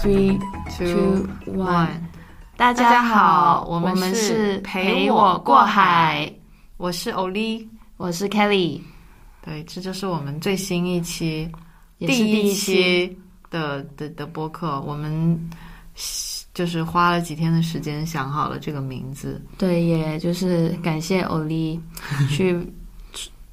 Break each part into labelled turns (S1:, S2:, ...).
S1: Three,
S2: two,
S1: two,
S2: one
S1: one。
S2: 大
S1: 家好
S2: 我
S1: 我们
S2: 是
S1: 是
S2: 陪
S1: 陪
S2: 我
S1: 我
S2: 过
S1: 过
S2: 海
S1: 海，
S2: 我是欧丽。
S1: 我是 Kelly，
S2: 对，这就是我们最新一期
S1: 也是第
S2: 一
S1: 一期。
S2: 期的的的播客，我们就是花了几天的时间想好了这个名字。
S1: 对，也就是感谢欧丽去，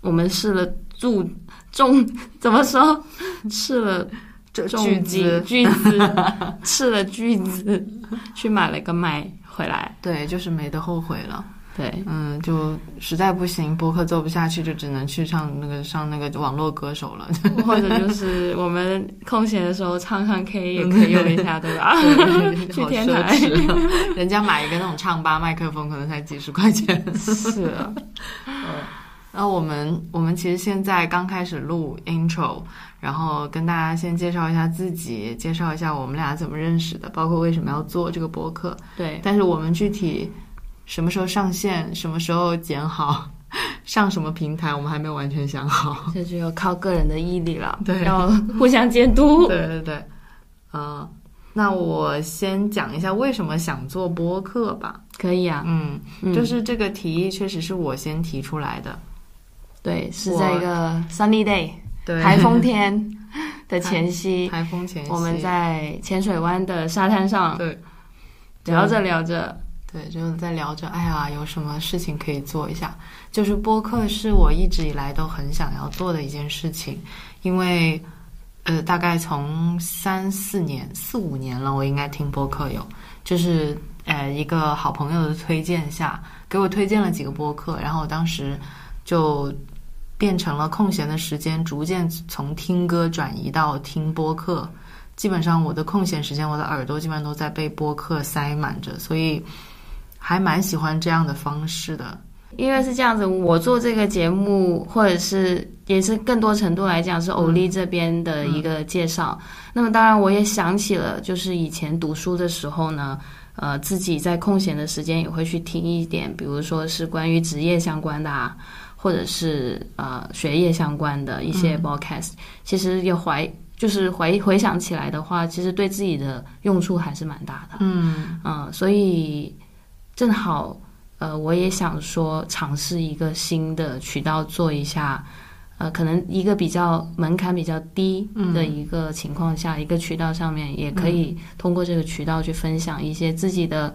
S1: 我们试了注重 怎么说，试了
S2: 这
S1: 重
S2: 巨
S1: 金
S2: 资，
S1: 巨资， 试了巨资去买了个麦回来。
S2: 对，就是没得后悔了。
S1: 对，
S2: 嗯，就实在不行，播客做不下去，就只能去唱那个上那个网络歌手了。
S1: 或者就是我们空闲的时候唱唱 K 也可以用一下，对吧？ 去
S2: 好
S1: 天
S2: 奢
S1: 台
S2: 侈啊人家买一个那种唱吧麦克风可能才几十块钱。
S1: 是啊，
S2: 那我们我们其实现在刚开始录 intro，然后跟大家先介绍一下自己，介绍一下我们俩怎么认识的，包括为什么要做这个播客。
S1: 对，
S2: 但是我们具体什么时候上线，什么时候剪好，上什么平台，我们还没有完全想好。
S1: 这就要靠个人的毅力了，
S2: 对
S1: 要互相监 督。
S2: 对对对，嗯、那我先讲一下为什么想做播客吧。
S1: 可以啊，
S2: 嗯，
S1: 嗯
S2: 就是这个提议确实是我先提出来的。
S1: 对，是
S2: 我
S1: 在一个 sunny day
S2: 对，
S1: 台风天的前夕，
S2: 台风 前夕，
S1: 我们在浅水湾的沙滩上
S2: 对
S1: 聊着聊着，
S2: 对，就是在聊着，哎呀，有什么事情可以做一下？就是播客是我一直以来都很想要做的一件事情，因为呃，大概从三四年、四五年了，我应该听播客有，就是呃一个好朋友的推荐下，给我推荐了几个播客，然后我当时就。变成了空闲的时间，逐渐从听歌转移到听播客。基本上我的空闲时间，我的耳朵基本上都在被播客塞满着，所以还蛮喜欢这样的方式的。
S1: 因为是这样子，我做这个节目，或者是也是更多程度来讲是欧丽这边的一个介绍。那么当然，我也想起了，就是以前读书的时候呢，呃，自己在空闲的时间也会去听一点，比如说是关于职业相关的啊，或者是呃学业相关的一些 podcast、其实也怀就是回回想起来的话，其实对自己的用处还是蛮大的。
S2: 嗯，
S1: 嗯，所以正好，呃，我也想说尝试一个新的渠道做一下，呃，可能一个比较门槛比较低的一个情况下，一个渠道上面也可以通过这个渠道去分享一些自己的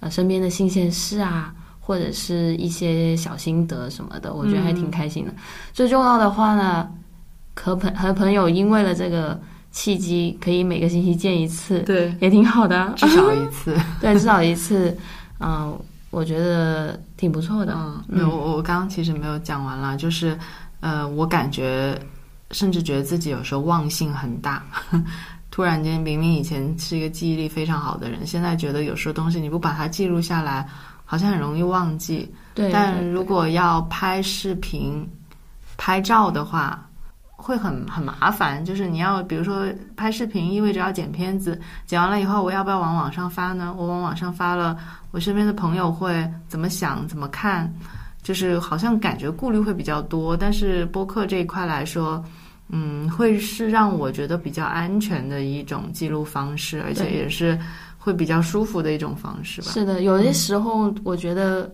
S1: 呃身边的新鲜事啊。或者是一些小心得什么的，我觉得还挺开心的。最重要的话呢，和朋和朋友因为了这个契机，可以每个星期见一次，
S2: 对，
S1: 也挺好的啊。
S2: 嗯至少一 次。
S1: 对，至少一次，嗯、我觉得挺不错的。
S2: 嗯，没有，我我刚刚其实没有讲完啦，就是呃，我感觉甚至觉得自己有时候忘性很大。 突然间，明明以前是一个记忆力非常好的人，现在觉得有时候东西你不把它记录下来，好像很容易忘记。
S1: 对，
S2: 但
S1: 对
S2: 如果要拍视频、拍照的话，会很很麻烦。就是你要，比如说拍视频，意味着要剪片子，剪完了以后，我要不要往网上发呢？我往网上发了，我身边的朋友会怎么想、怎么看？就是好像感觉顾虑会比较多。但是播客这一块来说，嗯，会是让我觉得比较安全的一种记录方式，而且
S1: 对
S2: 也是会比较舒服的一种方式吧。
S1: 是的，有些时候我觉得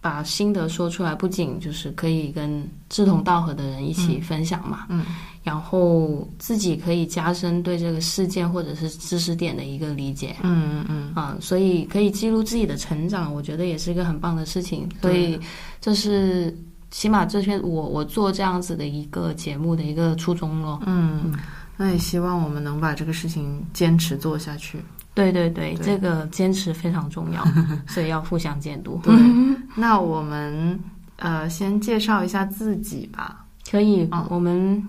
S1: 把心得说出来，不仅就是可以跟志同道合的人一起分享嘛，
S2: 嗯，
S1: 然后自己可以加深对这个事件或者是知识点的一个理解。
S2: 嗯嗯嗯，
S1: 啊、所以可以记录自己的成长，我觉得也是一个很棒的事情。所以这是起码这篇我我做这样子的一个节目的一个初衷咯。
S2: 嗯，那也希望我们能把这个事情坚持做下去。
S1: 对对对，
S2: 对
S1: 这个坚持非常重 要，所以要互相监督。
S2: 对，嗯那我们呃先介绍一下自己吧，
S1: 可以，
S2: 嗯
S1: 我们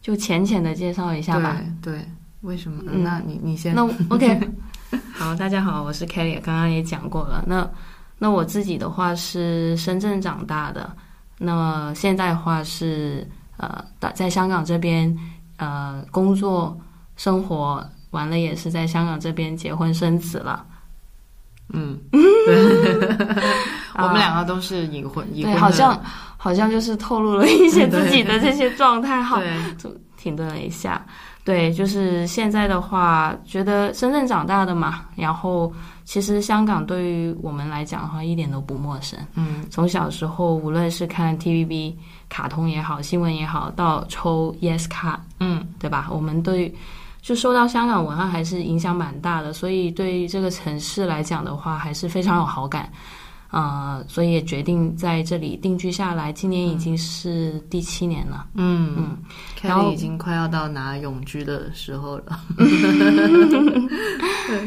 S1: 就浅浅的介绍一下吧。
S2: 对对，为什么？
S1: 嗯
S2: 那你你先，
S1: 那我 OK，好， 大家好，我是 Kelly，刚刚也讲过了。那那我自己的话是深圳长大的，那么现在的话是呃，在在香港这边呃工作生活完了，也是在香港这边结婚生子了。
S2: 嗯，对， 我们
S1: 啊
S2: 两个都是已婚，已婚
S1: 对，
S2: 的
S1: 好像 好像就是透露了一些自己的这些状态，好，
S2: 对，
S1: 停顿了一下。对，就是现在的话，觉得深圳长大的嘛，然后其实香港对于我们来讲的话，一点都不陌生。
S2: 嗯
S1: 从小时候，无论是看 TVB 卡通也好，新闻也好，到抽 Yes 卡，
S2: 嗯
S1: 对吧？我们对就受到香港文化还是影响蛮大的，所以对于这个城市来讲的话，还是非常有好感。呃，所以也决定在这里定居下来。今年已经是第七年了，
S2: 嗯
S1: 嗯
S2: 嗯，
S1: 然后
S2: Kelly 已经快要到拿永居的时候了。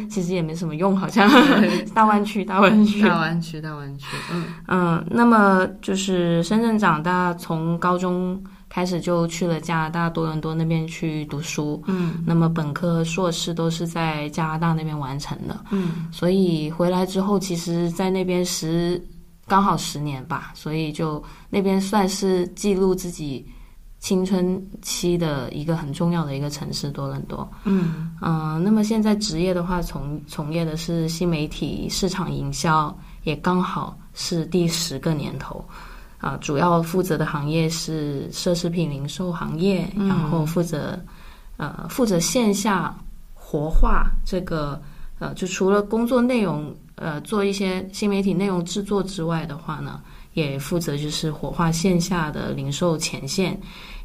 S1: 其实也没什么用，好像 大湾区，大湾区，
S2: 大湾区，大湾区，嗯
S1: 嗯，那么就是深圳长大，从高中开始就去了加拿大多伦多那边去读书，
S2: 嗯
S1: 那么本科、硕士都是在加拿大那边完成的，
S2: 嗯
S1: 所以回来之后，其实在那边十刚好十年吧，所以就那边算是记录自己青春期的一个很重要的一个城市——多伦多。
S2: 嗯
S1: 嗯、那么现在职业的话，从从业的是新媒体市场营销，也刚好是第十个年头。啊、主要负责的行业是奢侈品零售行业，
S2: 嗯
S1: 然后负责呃负责线下活化这个呃，就除了工作内容呃做一些新媒体内容制作之外的话呢，也负责就是活化线下的零售前线，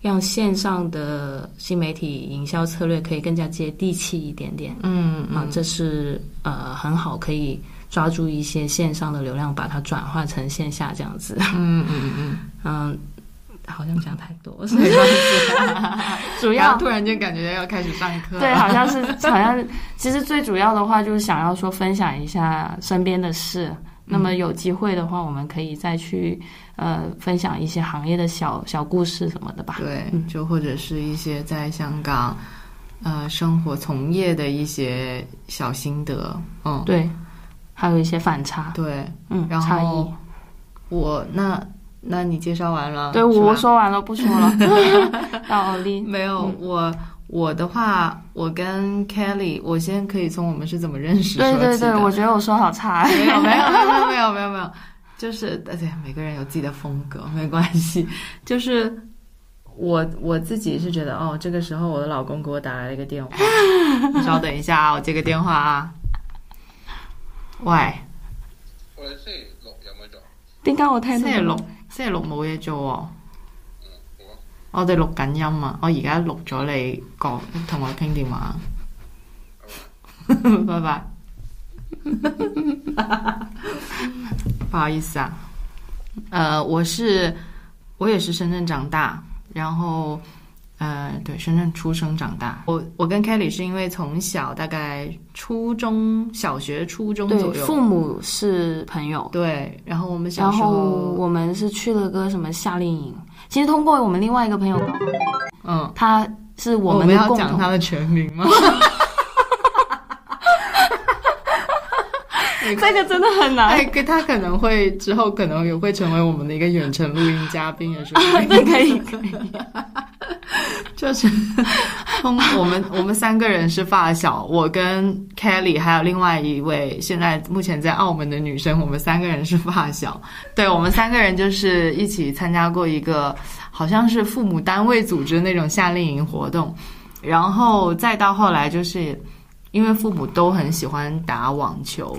S1: 让线上的新媒体营销策略可以更加接地气一点点。
S2: 嗯
S1: 啊，这是呃很好可以抓住一些线上的流量，把它转化成线下这样子。
S2: 嗯嗯嗯，
S1: 嗯，好像讲太多，
S2: 没关系。
S1: 主
S2: 然
S1: 要
S2: 后突然间感觉要开始上课了。
S1: 对，好像是 好像其实最主要的话就是想要说分享一下身边的事。那
S2: 嗯
S1: 么有机会的话，我们可以再去呃分享一些行业的小小故事什么的吧。
S2: 对
S1: 嗯，
S2: 就或者是一些在香港呃生活从业的一些小心得。嗯，
S1: 对，还有一些反差，
S2: 对，
S1: 嗯，
S2: 然
S1: 差
S2: 后
S1: 异。
S2: 我那那你介绍完了？
S1: 对，
S2: 是吧
S1: 我说完了，不说 了。到奥利，
S2: 没有我。我的话，我跟 Kelly，我先可以从我们是怎么认识说
S1: 对
S2: 起
S1: 对
S2: 的。
S1: 对，我觉得我说好差。
S2: 没有没有没有没有没有没有，就是对每个人有自己的风格，没关系。就是我我自己是觉得，哦，这个时候我的老公给我打来了一个电话，你稍等一下啊，我接个电话啊。喂，
S3: 我哋星期六有冇做？
S1: 點解我聽
S2: 哎星
S1: 到
S2: 期六星期六冇嘢做
S3: 嗯，
S2: 喎、
S3: 好啊。
S2: 我哋錄緊音啊，我而家錄咗你講同我傾電話， 拜拜。 不好意思啊，呃，我是我也是深圳长大，然后呃，对，深圳出生长大。我我跟 Kelly 是因为从小大概初中小学、初中
S1: 对
S2: 左，右，
S1: 父母是朋友，
S2: 对，然后我们小
S1: 然
S2: 时
S1: 后
S2: 候，
S1: 我们是去了个什么夏令营。其实通过我们另外一个朋友，
S2: 嗯，
S1: 他是我们
S2: 哦们
S1: 的
S2: 要
S1: 共
S2: 讲
S1: 同
S2: 他的全 名吗？
S1: 这个真的很 难，
S2: 哎，可他可能会之后可能也会成为我们的一个远程录音嘉宾，也 是
S1: 这可以可以。
S2: 就是通我们我们三个人是发小，我跟 Kelly 还有另外一位现在目前在澳门的女生，我们三个人是发小。对，我们三个人就是一起参加过一个好像是父母单位组织那种夏令营活动，然后再到后来就是因为父母都很喜欢打网球，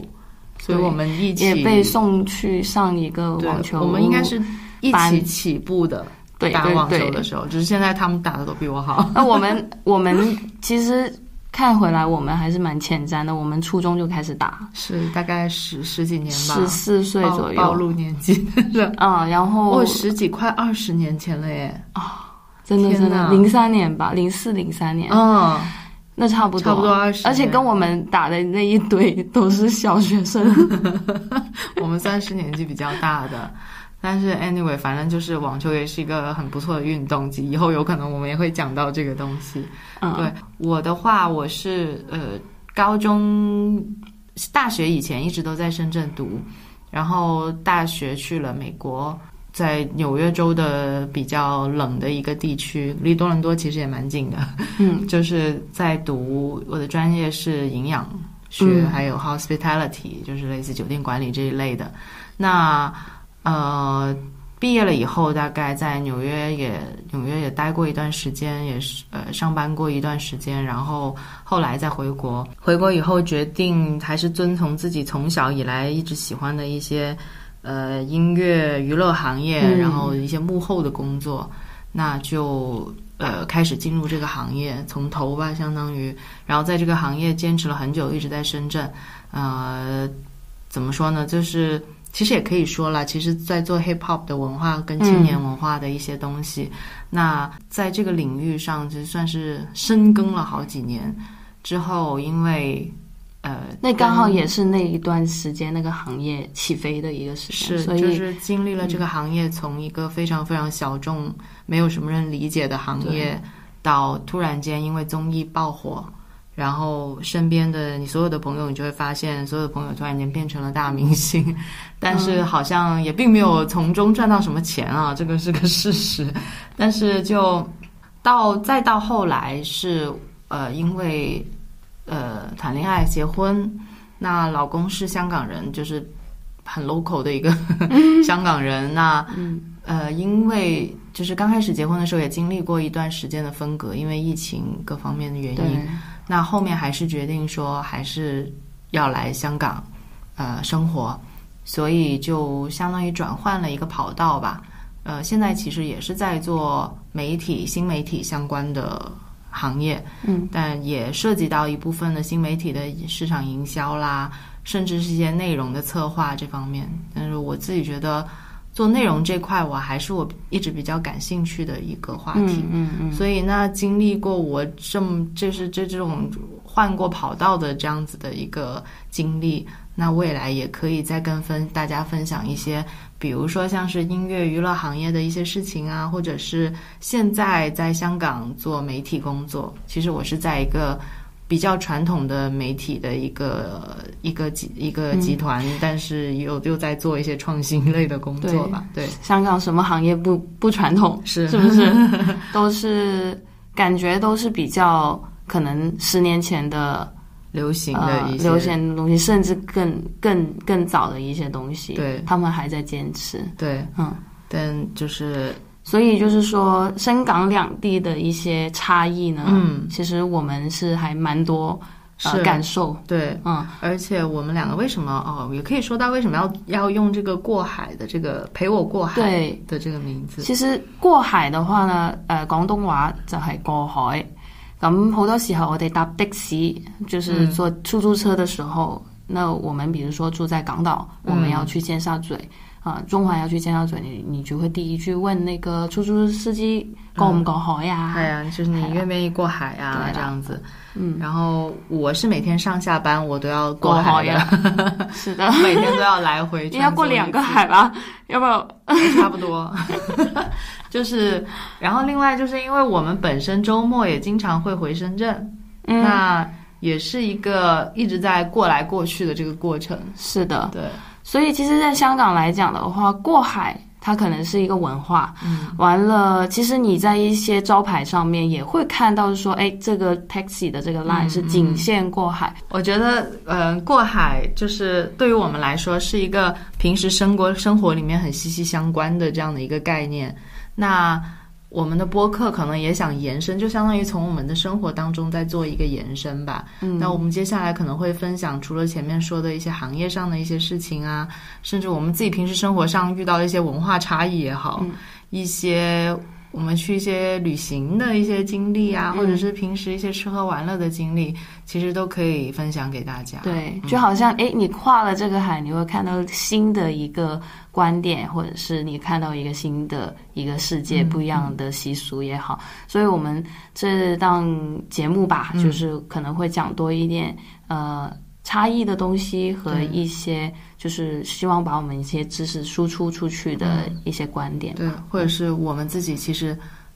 S2: 所以
S1: 对
S2: 我们一起
S1: 也被送去上一个
S2: 对
S1: 网球，
S2: 我们应该是一起
S1: 班
S2: 起步的
S1: 对
S2: 打
S1: 对
S2: 网球
S1: 对
S2: 的时候，只是现在他们打的都比我好。
S1: 那我们我们其实看回来，我们还是蛮前瞻的。我们初中就开始打，
S2: 是大概十十几年吧，
S1: 十四岁
S2: 暴
S1: 左
S2: 暴
S1: 右。
S2: 露哦 年纪的，
S1: 啊、然后
S2: 我十几快二十年前了耶。
S1: 真的
S2: 天
S1: 真的，
S2: 哪
S1: 零三年吧，零四零三年，
S2: 嗯，
S1: 那差不多，
S2: 差不多20啊
S1: 而且跟我们打的那一堆都是小学生，
S2: 我们算是年纪比较大的。但是 anyway，反正就是网球也是一个很不错的运动，以后有可能我们也会讲到这个东西。
S1: 嗯，
S2: 对我的话，我是呃高中、大学以前一直都在深圳读，然后大学去了美国，在纽约州的比较冷的一个地区，离多伦多其实也蛮近的，
S1: 嗯
S2: 就是在读我的专业是营养学，
S1: 嗯
S2: 还有 hospitality，就是类似酒店管理这一类的。那呃，毕业了以后，大概在纽约也纽约也待过一段时间，也是呃上班过一段时间，然后后来再回国。回国以后决定还是遵从自己从小以来一直喜欢的一些呃音乐娱乐行业，
S1: 嗯
S2: 然后一些幕后的工作，那就呃开始进入这个行业，从头吧，相当于，然后在这个行业坚持了很久，一直在深圳，呃，怎么说呢，就是。其实也可以说啦，其实，在做 hip hop 的文化跟青
S1: 嗯
S2: 年文化的一些东西，那在这个领域上就算是深耕了好几年。之后，因为呃，
S1: 那刚好
S2: 跟
S1: 也是那一段时间那个行业起飞的一个时间，
S2: 是
S1: 所以、嗯
S2: 就是经历了这个行业从一个非常非常小众、没有什么人理解的行业，到突然间因为综艺爆火。然后身边的你所有的朋友，你就会发现，所有的朋友突然间变成了大 明星，但
S1: 嗯
S2: 是好像也并没有从中赚到什么钱啊，这个是个事实。但是就到再到后来是呃，因为呃谈恋爱结婚，那老公是香港人，就是很 local 的一个香港人。那呃，因为就是刚开始结婚的时候也经历过一段时间的分隔，因为疫情各方面的原因，
S1: 对，
S2: 那后面还是决定说还是要来香港，呃，生活，所以就相当于转换了一个跑道吧。呃，现在其实也是在做媒体、新媒体相关的行业，
S1: 嗯，
S2: 但也涉及到一部分的新媒体的市场营销啦，甚至是一些内容的策划这方面。但是我自己觉得，做内容这块，我还是我一直比较感兴趣的一个话题。
S1: 嗯嗯嗯，
S2: 所以那经历过我这么就是这这种换过跑道的这样子的一个经历，那未来也可以再跟分大家分享一些，比如说像是音乐娱乐行业的一些事情啊，或者是现在在香港做媒体工作，其实我是在一个。比较传统的媒体的一个一个集一
S1: 嗯
S2: 个集团，但是又又在做一些创新类的工作
S1: 对
S2: 吧，对，
S1: 香港什么行业不不传统，
S2: 是
S1: 是不是？ 都是感觉都是比较可能十年前的
S2: 流行的
S1: 呃
S2: 一些、
S1: 流行的东西，甚至更更更早的一些东西，
S2: 对
S1: 他们还在坚持，
S2: 对，
S1: 嗯。
S2: 但就是
S1: 所以就是说，深港两地的一些差异呢，
S2: 嗯，
S1: 其实我们是还蛮多呃
S2: 是
S1: 感受，
S2: 对，
S1: 嗯，
S2: 而且我们两个为什么哦，也可以说到为什么要要用这个过海的这个陪我过海
S1: 对。
S2: 的这个名字，
S1: 其實過海嘅話呢，呃誒、廣東話就係過海。咁好多時候我哋搭的士，就是坐出租車的時候，那我們比如說住在港島，我們要去尖沙咀。啊，中環要去尖沙咀，你你就會第一句問那個出租司機過唔過海呀、
S2: 哎呀，就是你
S1: 海啦
S2: 愿不愿意过海啊
S1: 啊对啦
S2: 这样子。
S1: 嗯，
S2: 然后我是每天上下班我都要
S1: 過
S2: 海
S1: 海
S2: 的，
S1: 呀、 是的，
S2: 每天都要来回穿梭一 次，
S1: 你要過兩個海吧？要不要？
S2: 差不多， 就是。然后另外就是因为我们本身周末也经常会回深圳，
S1: 嗯，
S2: 那也是一个一直在过来过去的这个过程。
S1: 是的。
S2: 对，
S1: 所以其实，在香港来讲的话，过海它可能是一个文化。嗯，完了，其实你在一些招牌上面也会看到说，哎，这个 taxi 的这个 line 是仅限过海。
S2: 我觉得，呃，过海就是对于我们来说是一个平时生活生活里面很息息相关的这样的一个概念。那我们的播客可能也想延伸，就相当于从我们的生活当中再做一个延伸吧。
S1: 嗯，
S2: 那我们接下来可能会分享，除了前面说的一些行业上的一些事情啊，甚至我们自己平时生活上遇到的一些文化差异也
S1: 嗯
S2: 好，一些我们去一些旅行的一些经历啊，
S1: 嗯
S2: 或者是平时一些吃喝玩乐的经历，其实都可以分享给大家。
S1: 对，就好像哎，你跨了这个海，你会看到新的一个观点，或者是你看到一个新的一个世界，不一样的习俗也好。所以我们这档节目吧，
S2: 嗯
S1: 就是可能会讲多一点呃差异的东西和
S2: 对
S1: 一些就是希望把我们一些知识输出出去的一些观点。
S2: 嗯
S1: 嗯
S2: 对，或者是我们自己其实。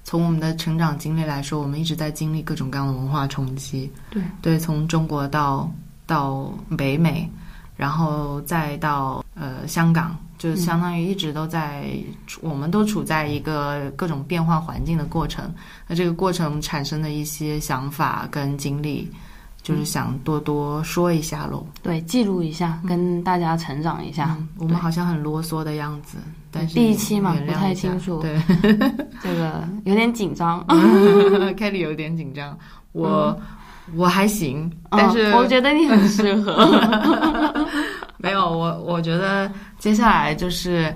S2: 从我们的成长经历来说，我们一直在经历各种各样的文化冲击。
S1: 对
S2: 对，从中国到到北美，然后再到呃香港，就
S1: 嗯
S2: 相当于一直都在，我们都处在一个各种变化环境的过程。那这个过程产生的一些想法跟经历，就是
S1: 嗯
S2: 想多多说一下喽。
S1: 对，记录一下，
S2: 嗯
S1: 跟大家成长一下。
S2: 嗯我们好像很啰嗦的样子，但是
S1: 第一期嘛
S2: 原
S1: 不
S2: 谅
S1: 太
S2: 一下
S1: 清楚
S2: 对。
S1: 这个有点紧张，嗯
S2: 凯莉有点紧张，我、我还行，但是、
S1: 嗯我觉得你很适 合。
S2: 没有我，我觉得接下来就是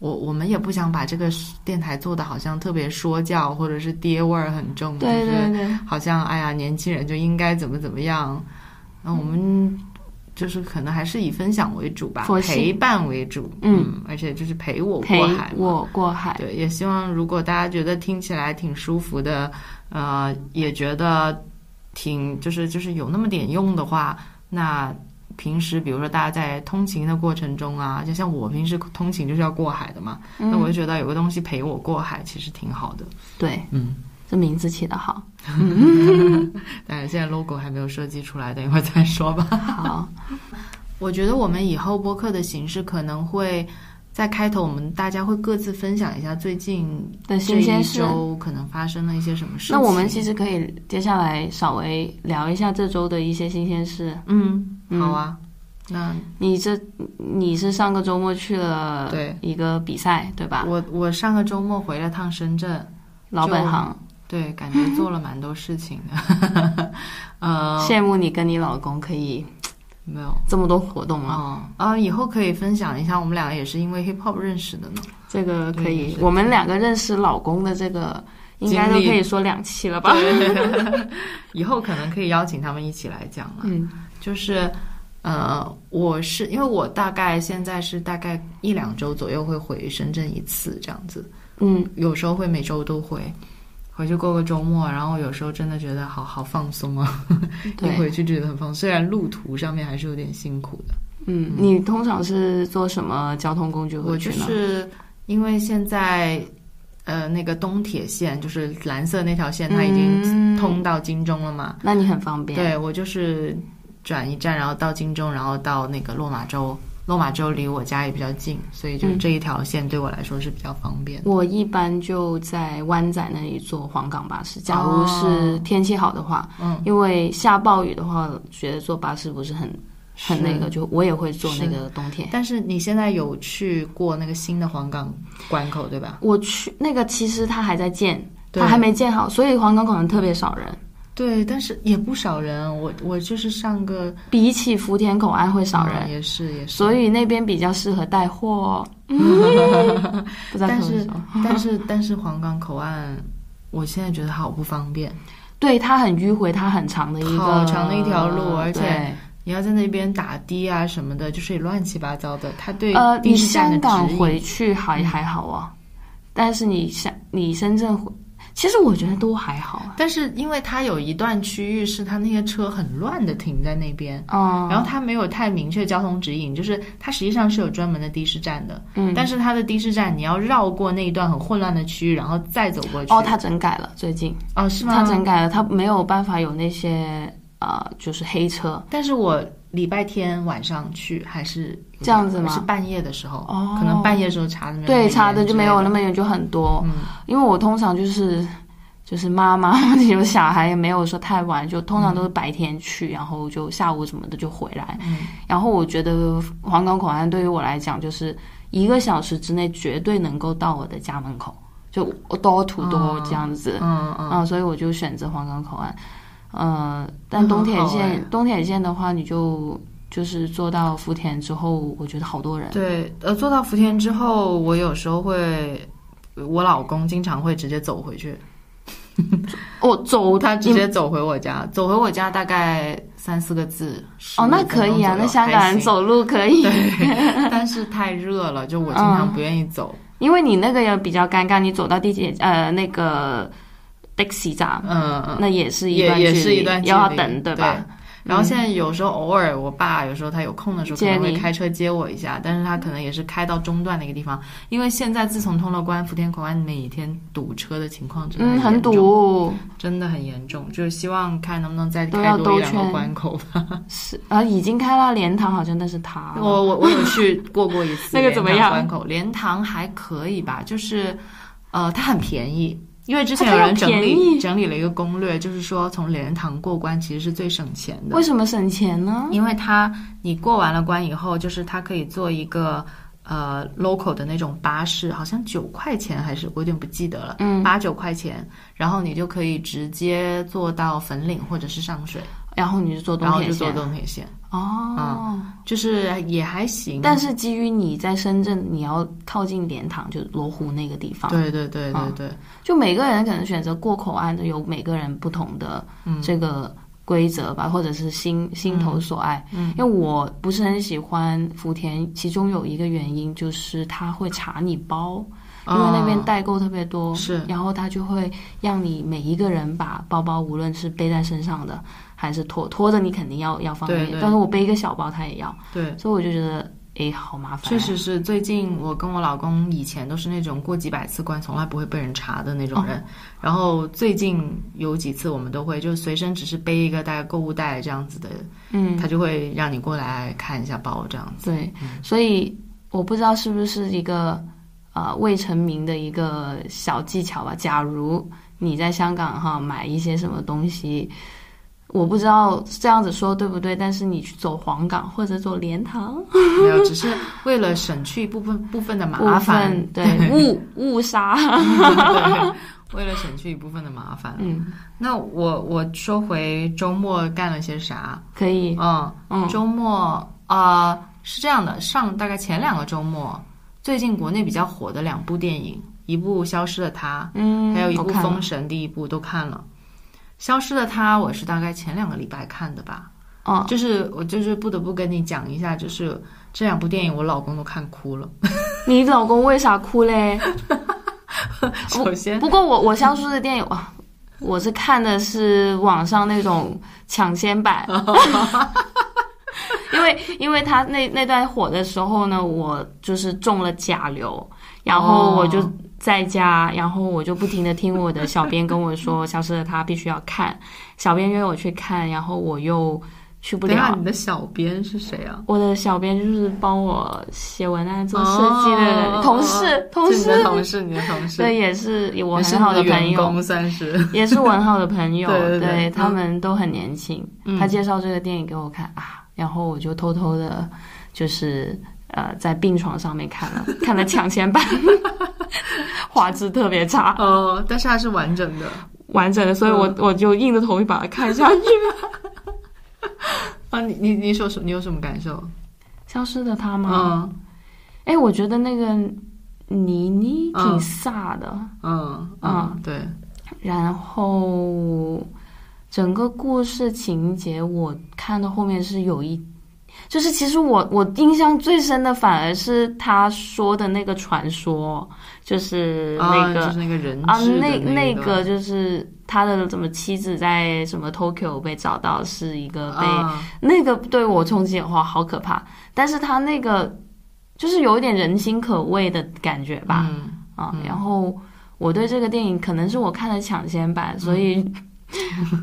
S2: 我我们也不想把这个电台做的好像特别说教或者是爹味儿很重，
S1: 对对
S2: 就是
S1: 对，
S2: 好像哎呀年轻人就应该怎么怎么样，那
S1: 嗯
S2: 我们就是可能还是以分享为主吧，
S1: 佛系
S2: 陪伴为主，
S1: 嗯，
S2: 而且就是陪我
S1: 陪
S2: 过海嘛，
S1: 我过海。
S2: 对，也希望如果大家觉得听起来挺舒服的，呃，也觉得挺就是就是有那么点用的话，那平时比如说大家在通勤的过程中啊，就像我平时通勤就是要过海的嘛，那我
S1: 嗯、
S2: 就觉得有个东西陪我过海其实挺好的。
S1: 对，
S2: 嗯，
S1: 这名字起得 好。
S2: 但是现在 logo 还没有设计出来，等一会儿再说吧。
S1: 好，
S2: 我觉得我们以后播客的形式可能会。在开头，我们大家会各自分享一下最近
S1: 的
S2: 这
S1: 新鲜
S2: 一
S1: 事。
S2: 周可能发生了一些什么事情。
S1: 那我们其实可以接下来稍微聊一下这周的一些新鲜事。
S2: 嗯，
S1: 嗯
S2: 好啊，那
S1: 你这你是上个周末去了
S2: 对
S1: 一个比赛对吧？
S2: 我我上个周末回了趟深圳，
S1: 老本行，
S2: 对，感觉做了蛮多事情的， 呃，
S1: 羡慕你跟你老公可以
S2: 没有。
S1: 这么多活动啊！
S2: 哦，啊，以后可以分享一下，我们两个也是因为 hip hop 认识的呢。
S1: 这个可
S2: 对
S1: 以
S2: 是，的
S1: 我们两个认识老公的这个应该都
S2: 经历
S1: 可以说两期了吧？
S2: 以后可能可以邀请他们一起来讲了。
S1: 嗯
S2: 就是，呃，我是因为我大概现在是大概一两周左右会回深圳一次这样子，
S1: 嗯，
S2: 有时候会每周都回，回去过个周末，然后有时候真的觉得好好放松啊，一
S1: 对，
S2: 回去觉得很放松，虽然路途上面还是有点辛苦的。
S1: 嗯，你通常是坐什么交通工具
S2: 我
S1: 回去
S2: 就
S1: 呢？
S2: 是因为现在，呃，那个东铁线就是蓝色那条线，它已经
S1: 嗯
S2: 通，到荆州了嘛。
S1: 那你很方便。
S2: 对我就是转一站，然后到荆州，然后到那个落马洲。落马洲离我家也比较近，所以就
S1: 嗯
S2: 这一条线对我来说是比较方便的。
S1: 我一般就在湾仔那里坐黄冈巴士，假如是
S2: 哦
S1: 天气好的话，
S2: 嗯，
S1: 因为下暴雨的话，觉得坐巴士不是很很
S2: 是
S1: 那个，就我也会坐
S2: 是
S1: 那个冬天。
S2: 但是你现在有去过那个新的黄冈关口对吧？
S1: 我去那个，其实它还在建，
S2: 对
S1: 哦
S2: 嗯
S1: 它还没建好，所以黄冈可能特别少人，
S2: 对，但是也不少人。我我就是上个
S1: 比起福田口岸会少人，
S2: 嗯也是也是。
S1: 所以那边比较适合带货 哦。不知道什
S2: 但
S1: 么
S2: 是
S1: 时候
S2: 但是 但是黄冈口岸，我现在觉得好不方便。
S1: 对它很迂回，它很长的一个
S2: 好长的一条路而且
S1: 对
S2: 你要在那边打的啊什么的，就是也乱七八糟的。他对
S1: 呃，
S2: 地
S1: 你
S2: 质站
S1: 香
S2: 的
S1: 港
S2: 指引
S1: 回去还还好啊，但是你香你深圳回，其实我觉得都还好啊。
S2: 但是因为它有一段区域是它那些车很乱的停在那边，
S1: 哦、
S2: 然后它没有太明确交通指引，就是它实际上是有专门的的士站的，
S1: 嗯，
S2: 但是它的的士站你要绕过那一段很混乱的区域，然后再走过去。
S1: 哦，它整改了，最近
S2: 哦是
S1: 它
S2: 吗？
S1: 整改了，它没有办法有那些呃，就是黑车。
S2: 但是我礼拜天晚上去还是
S1: 这样子吗
S2: 是半夜的时候，
S1: 哦
S2: 可能半夜的时候查的没有那么
S1: 对，
S2: 严
S1: 差的就没有那
S2: 之类
S1: 么远，就很多。
S2: 嗯
S1: 因为我通常就是就是妈妈 有小孩，也没有说太晚，就通常都是白天去，然后就下午什么的就回来。
S2: 嗯
S1: 然后我觉得黄冈口岸对于我来讲，就是一个小时之内绝对能够到我的家门口，就 door to door
S2: 哦
S1: 这样子。
S2: 嗯嗯
S1: 啊，所以我就选择黄冈口岸。呃，但东铁
S2: 那很好
S1: 线、
S2: 哎
S1: 东铁线的话，你就就是坐到福田之后，我觉得好 多人。
S2: 对，呃，坐到福田之后，我有时候会，我老公经常会直接走回去，
S1: 哦，走
S2: 他直
S1: 你
S2: 接走回我家，走回我家大概三四个字。
S1: 哦，那
S2: 15
S1: 可以啊，
S2: 分钟左
S1: 那
S2: 右
S1: 香港人，走 路可以，
S2: 还行但是太热了，就我经
S1: 嗯
S2: 常不愿意走。
S1: 因为你那个也比较尴尬，你走到地铁呃那个 taxi 站，
S2: 嗯嗯，
S1: 那也是一
S2: 也
S1: 段
S2: 也
S1: 距
S2: 是一
S1: 离
S2: 段距
S1: 又要
S2: 离
S1: 等
S2: 对
S1: 吧？
S2: 然后现在有时候偶尔，我爸有时候他有空的时候可
S1: 接
S2: 能会
S1: 你
S2: 开车接我一下，但是他可能也是开到中段的一个地方，因为现在自从通了关，福田口岸每天堵车的情况真的
S1: 嗯，很
S2: 严重
S1: 堵，
S2: 真的很严重，就是希望看能不能再
S1: 都
S2: 开
S1: 要
S2: 多
S1: 兜
S2: 一两个
S1: 圈
S2: 关口吧。
S1: 是啊，已经开到莲塘，好像那是他，
S2: 我我我有 去过过一次
S1: 那个怎么
S2: 莲塘
S1: 样
S2: 关口莲塘还可以吧，就是呃，它很便宜，因为之前
S1: 它
S2: 有
S1: 它要
S2: 人整
S1: 便
S2: 理
S1: 宜
S2: 整理了一个攻略，就是说从连堂过关其实是最省钱的
S1: 为。什么省钱呢？
S2: 因为它你过完了关以后，就是它可以坐一个呃 local 的那种巴士，好像九块钱还是我有点不记得了，
S1: 嗯
S2: 八九块钱，然后你就可以直接坐到粉岭或者是上水，
S1: 然后你就做东
S2: 然后
S1: 铁
S2: 就啊坐
S1: 线
S2: 东铁线，
S1: 哦。
S2: 就是也还行，
S1: 但是基于你在深圳，你要靠近莲塘，就罗湖那个地方，
S2: 对对对对对，
S1: 就每个人可能选择过口岸都有每个人不同的
S2: 嗯
S1: 这个规则吧，或者是心心头所爱。
S2: 嗯
S1: 因为我不是很喜欢福田，其中有一个原因就是他会查你包，因为那边
S2: 嗯
S1: 代购特别多，
S2: 是
S1: 然后他就会让你每一个人把包包，无论是背在身上的还是拖拖着，你肯定要要方便
S2: 对对
S1: 但是我背一个小包，他也要，
S2: 对。
S1: 所以我就觉得，诶，好麻烦。啊
S2: 确实是，最近我跟我老公以前都是那种过几百次关从来不会被人查的那种
S1: 哦
S2: 人，然后最近有几次我们都会就随身只是背一个大概购物袋这样子的，
S1: 嗯，
S2: 他就会让你过来看一下包这样子。
S1: 对，所以我不知道是不是一个呃未成名的一个小技巧吧。假如你在香港哈买一些什么东西，我不知道这样子说对不对，但是你去走黄岗或者走莲塘，
S2: 没有，只是为了省去部分部分的麻
S1: 部
S2: 烦，
S1: 分 对误误 杀，
S2: 对，为了省去一部分的麻烦。
S1: 嗯，
S2: 那我我说回周末干了些啥？
S1: 可以，
S2: 嗯，
S1: 嗯，
S2: 周末啊、呃是这样的，上大概前两个周末，最近国内比较火的两部电影，一部《消失的她》，
S1: 嗯，
S2: 还有一
S1: 我
S2: 部《
S1: 看了
S2: 封神》，第一部都看了。消失的她，我是大概前两个礼拜看的吧。
S1: 哦，
S2: 就是我就是不得不跟你讲一下，就是这两部电影我老公都看哭了。
S1: 你老公为啥哭嘞？
S2: 首先，
S1: 不过 我我消失的电影啊，我是看的是网上那种抢先 版，因为因为他那那段火的时候呢，我就是中了甲流，然后我就
S2: 哦
S1: 在家，然后我就不停的听我的小编跟我说，消失的他必须要看，小编约我去看，然后我又去不
S2: 等一下
S1: 了。
S2: 你的小编是谁啊？
S1: 我的小编就是帮我写文案、做设计的人
S2: 哦
S1: 同事，同
S2: 是你的
S1: 事，
S2: 同事，你的同事，
S1: 对，也是我
S2: 你是
S1: 很
S2: 你
S1: 好
S2: 的
S1: 朋
S2: 员
S1: 友。
S2: 工算是。
S1: 也是我很好的朋友，
S2: 对对对嗯
S1: 他们都很年轻。
S2: 嗯
S1: 他介绍这个电影给我看啊，然后我就偷偷的，就是呃，在病床上面看了 看了抢先版，画质特别差，
S2: 哦，但是它是完整的。
S1: 完整的，所以我、
S2: 嗯
S1: 我就硬着头皮把它看 下去。
S2: 啊，你你你说什？你有什么感受？
S1: 消失的他吗？
S2: 嗯
S1: 哎、我觉得那个倪妮挺
S2: 嗯
S1: 飒的，
S2: 嗯
S1: 啊
S2: 嗯，对，
S1: 然后整个故事情节，我看到后面是有一，就是其实我我印象最深的反而是他说的那个传说，就是
S2: 啊
S1: 那个
S2: 就是那个人
S1: 啊，
S2: 质的
S1: 那
S2: 那一
S1: 个就是他的什么妻子在什么 Tokyo 被找到，是一个被、
S2: 啊
S1: 那个对我冲击的话好可怕，但是他那个就是有一点人心可畏的感觉吧，
S2: 嗯
S1: 啊，
S2: 嗯
S1: 然后我对这个电影可能是我看的抢先
S2: 嗯
S1: 版，所以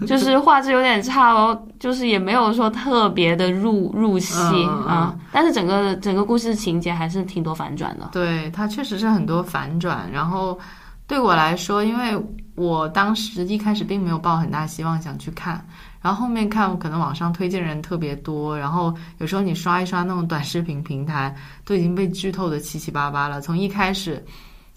S1: 就是画质有点差哦，就是也没有说特别的入入戏
S2: 嗯嗯嗯
S1: 啊，但是整个整个故事情节还是挺多反转的。
S2: 对，它确实是很多反转。然后对我来说，因为我当时一开始并没有抱很大希望想去看，然后后面看，我可能网上推荐人特别多，然后有时候你刷一刷那种短视频平台，都已经被剧透的七七八八了。从一开始。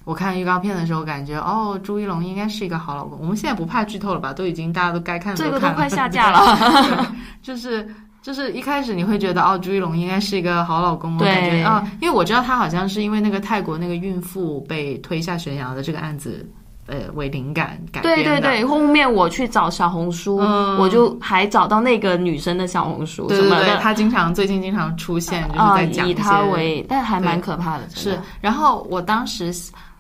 S2: 我看预告片的时候，感觉哦，朱一龙应该是一个好老公。我们现在不怕剧透了吧？都已经大家都该看的
S1: 这个都
S2: 看了，
S1: 快下架了，
S2: 就是就是一开始你会觉得哦，朱一龙应该是一个好老公，我
S1: 对
S2: 感觉啊、因为我知道他好像是因为那个泰国那个孕妇被推下悬崖的这个案子，呃，为灵感改编
S1: 对对
S2: 的。
S1: 对，后面我去找小红书，
S2: 嗯
S1: 我就还找到那个女生的小红书
S2: 对
S1: 什
S2: 对
S1: 么
S2: 对
S1: 的
S2: 他经常最近经常出现，就是
S1: 啊，
S2: 在讲
S1: 以
S2: 一些、
S1: 她为，但还蛮
S2: 对
S1: 可怕的，真
S2: 是
S1: 的。
S2: 然后我当时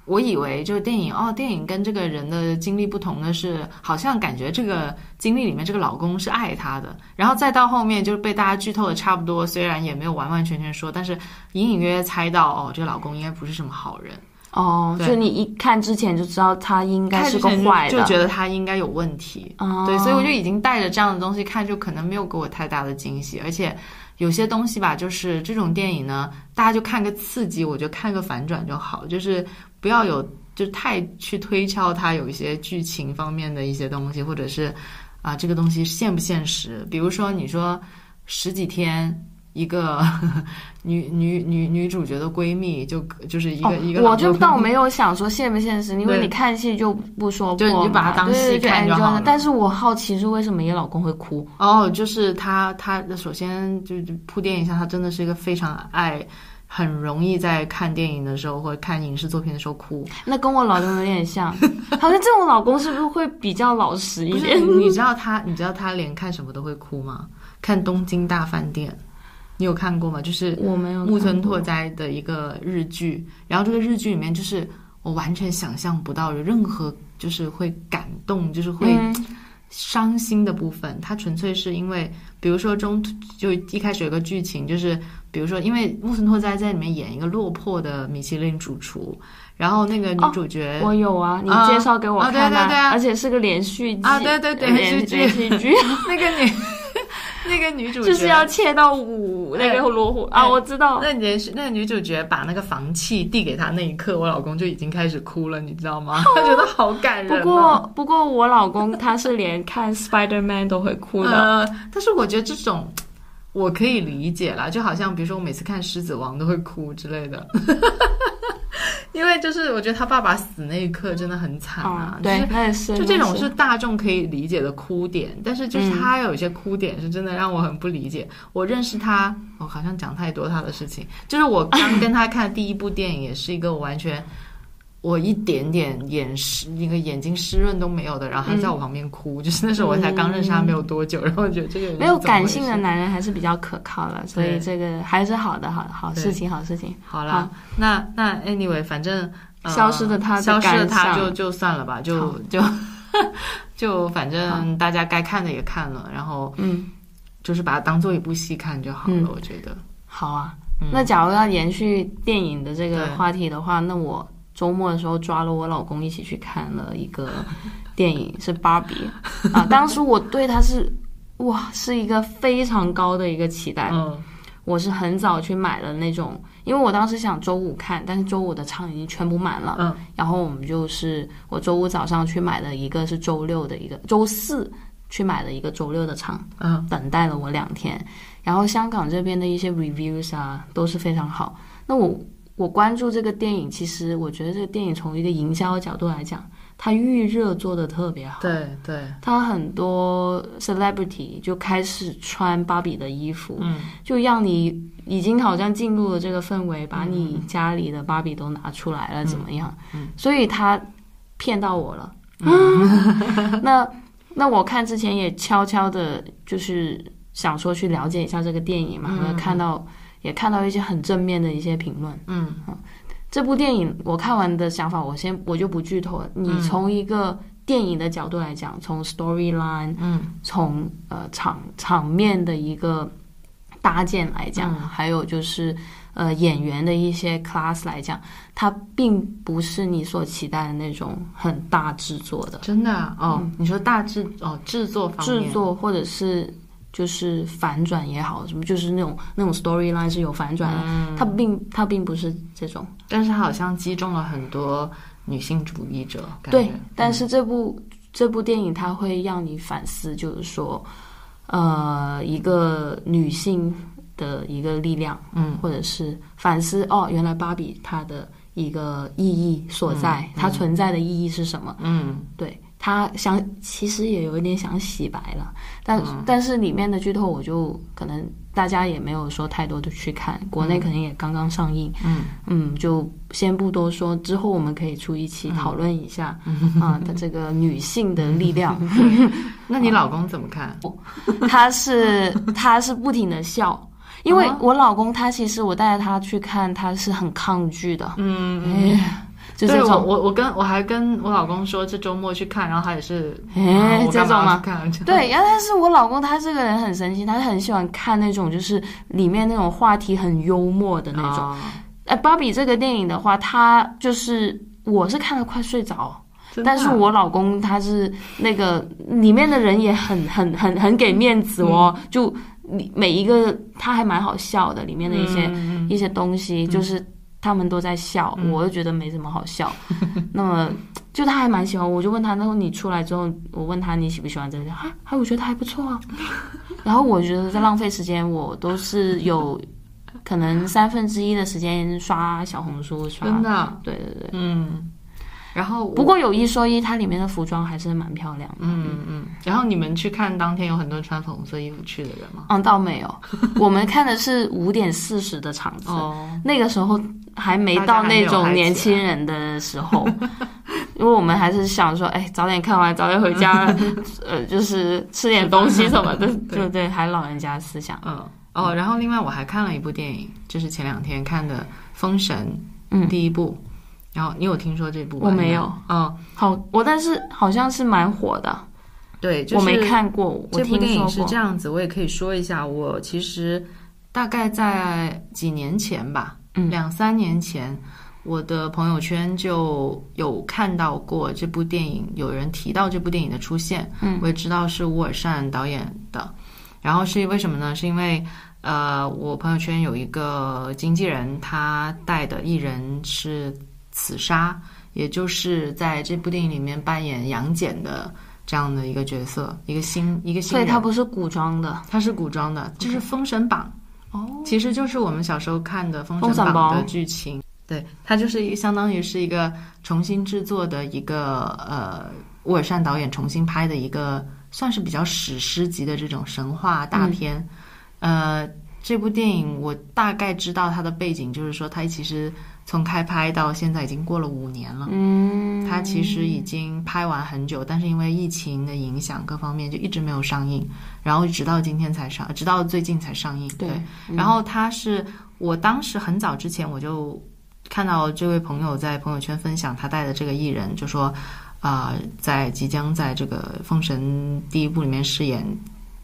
S2: 我以为就是电影哦，电影跟这个人的经历不同的是，好像感觉这个经历里面这个老公是爱她的，然后再到后面就是被大家剧透的差不多，虽然也没有完完全全说，但是隐隐约约猜到哦，这个老公应该不是什么好人，
S1: 哦，
S2: 对
S1: 就你一看之前就知道她应该是个
S2: 看之前就
S1: 坏的，
S2: 就觉得他应该有问题。
S1: 哦
S2: 对，所以我就已经带着这样的东西看，就可能没有给我太大的惊喜，而且有些东西吧，就是这种电影呢，大家就看个刺激，我觉得看个反转就好，就是不要有就太去推敲它有一些剧情方面的一些东西，或者是啊、这个东西现不现实。比如说你说十几天。一个 女女女女主角的闺蜜就就是一个、 一个，
S1: 哦我就倒没有想说现不现实，因为
S2: 对
S1: 你看戏就不说破
S2: 就
S1: 嘛，
S2: 你就把它当戏
S1: 对对对
S2: 看就
S1: 哎
S2: 好了
S1: 但是我好奇是为什么你老公会哭？
S2: 哦，就是他，他首先就就铺垫一下，他真的是一个非常爱，很容易在看电影的时候或者看影视作品的时候哭。
S1: 那跟我老公有点 像，好像这种老公是不是会比较老实
S2: 不
S1: 一
S2: 是
S1: 点？
S2: 你你知道他，你知道他连看什么都会哭吗？看《东京大饭店》，你有看过吗？就是
S1: 我没有
S2: 木村
S1: 看过
S2: 拓哉的一个日剧，然后这个日剧里面就是我完全想象不到有任何就是会感动，就是会
S1: 嗯
S2: 伤心的部分，它纯粹是因为，比如说中途就一开始有个剧情，就是比如说，因为木村拓哉在里面演一个落魄的米其林主厨，然后那个女
S1: 哦
S2: 主角、
S1: 我有啊，你
S2: 啊
S1: 介绍给我
S2: 啊对
S1: 看
S2: 对对啊
S1: 而且是个连续剧
S2: 啊对对对
S1: 连
S2: 连续剧
S1: 连续 剧
S2: 那个女那个女主角
S1: 就是要切到五那个罗湖啊，
S2: 哎
S1: 我知道，
S2: 那女那个女主角把那个房契递给他那一刻，我老公就已经开始哭了，你知 道吗？他觉得好感人、
S1: 不
S2: 哦。
S1: 过不过我老公他是连看 Spider Man 都会哭的，
S2: 呃，但是我觉得这种我可以理解啦，就好像比如说我每次看《狮子王》都会哭之类的。 因为就是我觉得他爸爸死那一刻真的很惨啊，
S1: 嗯，对，那也是
S2: 就是就这种
S1: 那
S2: 是大众可以理解的哭点，但是
S1: 嗯
S2: 就是他有一些哭点是真的让我很不理解。我认识他，我好像讲太多他的事情，就是我刚跟他看的第一部电影，也是一个我完全我一点点眼湿那个眼睛湿润都没有的，然后他在我旁边哭，就是那时候我才刚认识他没有多久，然后我觉得这个人
S1: 嗯没有
S2: 是怎么回
S1: 感性的
S2: 事。
S1: 男人还是比较可靠的，所以
S2: 对
S1: 这个还是好的，好好
S2: 对
S1: 事情，好事情。
S2: 好
S1: 好
S2: 啦，那那 anyway，反正、呃
S1: 消失的他的
S2: 消失的
S1: 感
S2: 他
S1: 想
S2: 就就算了吧，
S1: 好
S2: 就 就就反正大家该看的也看了，然后。
S1: 嗯，
S2: 就是把它当做一部戏看就好了，
S1: 嗯
S2: 我觉得。
S1: 好啊。
S2: 嗯
S1: 那假如要延续电影的这个
S2: 对
S1: 话题的话，那我周末的时候抓了我老公一起去看了一 个电影，是《芭比》啊。当时我对他是哇，是一个非常高的一个期待。
S2: 嗯，
S1: 我是很早去买了那种，因为我当时想周五看，但是周五的场已经全部满了。
S2: 嗯，
S1: 然后我们就是我周五早上去买的一个是周六的一个，周四去买了一个周六的场，
S2: 嗯，
S1: 等待了我两天。然后香港这边的一些 reviews 啊都是非常好。那我我关注这个电影，其实我觉得这个电影从一个营销角度来讲，它预热做的特别好。
S2: 对对，
S1: 他很多 celebrity 就开始穿芭比的衣服，
S2: 嗯，
S1: 就让你已经好像进入了这个氛围，把你家里的芭比都拿出来了，怎么样？
S2: 嗯
S1: 所以他骗到我了。
S2: 嗯
S1: 那那我看之前也悄悄的，就是想说去了解一下这个电影嘛，
S2: 嗯
S1: 那看到也看到一些很正面的一些评论。
S2: 嗯
S1: 这部电影我看完的想法，我先我就不剧透了。你
S2: 嗯
S1: 从一个电影的角度来讲，从 storyline
S2: 嗯
S1: 从呃场场面的一个搭建来讲，
S2: 嗯
S1: 还有就是呃演员的一些 class 来讲，它并不是你所期待的那种很大制作的
S2: 真的啊哦，你说大制哦制作方
S1: 制
S2: 面，
S1: 作，或者是就是反转也好，什么就是那种那种 storyline 是有反转的，
S2: 嗯
S1: 它并它并不是这种。
S2: 但是它好像击中了很多女性主义者，感
S1: 对
S2: 觉，
S1: 但是这部、这部电影它会让你反思，就是说，呃，一个女性的一个力量，
S2: 嗯，
S1: 或者是反思哦，原来芭比它的一个意义所在，
S2: 嗯嗯
S1: 它存在的意义是什么？
S2: 嗯
S1: 对，它想其实也有一点想洗白了，但、
S2: 嗯
S1: 但是里面的剧透我就可能大家也没有说太多的去看，国内可能也刚刚上映。
S2: 嗯
S1: 嗯，就先不多说，之后我们可以出一期
S2: 嗯
S1: 讨论一下 啊，她、这个女性的力量，
S2: 嗯，那你老公怎么看？
S1: 她是她是不停的笑，因为
S2: 啊
S1: 我老公他其实我带着他去看，他是很抗拒的，
S2: 嗯
S1: 哎，就这
S2: 对我
S1: 种，
S2: 我我跟我还跟我老公说这周末去看，然后他也是，啊
S1: 哎，
S2: 我
S1: 这
S2: 干
S1: 种
S2: 嘛要
S1: 嘛
S2: 去。看？这样
S1: 对，然后但是我老公他这个人很神奇，他很喜欢看那种就是里面那种话题很幽默的那种，
S2: 哦
S1: 哎，芭比这个电影的话，他就是我是看得快睡着，
S2: 真的啊
S1: 但是我老公他是那个里面的人也很很很很给面子哦，
S2: 嗯
S1: 就你每一个他还蛮好笑的，里面的一些、
S2: 嗯嗯
S1: 一些东西，就是他们都在笑，
S2: 嗯
S1: 我就觉得没什么好笑。那么就他还蛮喜欢我，我就问他，那你出来之后，我问他你喜不喜欢这个？他说啊，还我觉得还不错啊。 然后我觉得在浪费时间，我都是有可能三分之一的时间刷小红书，刷
S2: 真的，啊
S1: 对对对。
S2: 嗯。然后
S1: 不过有一说一，它里面的服装还是蛮漂亮的。
S2: 嗯嗯，然后你们去看当天有很多穿粉红色衣服去的人吗？
S1: 嗯，倒没 有，我们看的是五点四十的场子，
S2: 哦，
S1: 那个时候还没到那种年轻人的时 候，因为我们还是想说，哎，早点看完，早点回 家，呃，就是吃点东西什么的，
S2: 对
S1: 对对对，还老人家思想，
S2: 嗯哦，然后另外我还看了一部电影，就是前两天看的《封神》
S1: 嗯，
S2: 第一部，然后你有听说这部吗？
S1: 我没有
S2: 哦，
S1: 好，我但是好像是蛮火的，
S2: 对，就是、
S1: 我没看过，我
S2: 这部
S1: 听
S2: 电影
S1: 说
S2: 是
S1: 过
S2: 这，样子，我也可以说一下，我其实大概在几年前吧，
S1: 嗯
S2: 两三年前，我的朋友圈就有看到过这部电影，有人提到这部电影的出现，
S1: 嗯
S2: 我也知道是乌尔善导演的，然后是为什么呢？是因为呃，我朋友圈有一个经纪人，他带的艺人是刺杀，也就是在这部电影里面扮演杨戬的这样的一个角色，一个新一个新
S1: 所以
S2: 人。
S1: 它不是古装的，
S2: 他是古装的，就是《封神榜》
S1: 哦，
S2: 其实就是我们小时候看的《封
S1: 封神
S2: 神榜》的
S1: 榜
S2: 剧情。对，它就是一个相当于是一个重新制作的一个呃，沃尔善导演重新拍的一个，算是比较史诗级的这种神话大片。呃，这部电影我大概知道它的背景，就是说它其实从开拍到现在已经过了五年了。
S1: 嗯，
S2: 它其实已经拍完很久，但是因为疫情的影响，各方面就一直没有上映，然后直到今天才上，直到最近才上映。
S1: 对，嗯
S2: 然后它是我当时很早之前我就看到这位朋友在朋友圈分享他带的这个艺人，就说啊、在即将在这个《封神》第一部里面饰演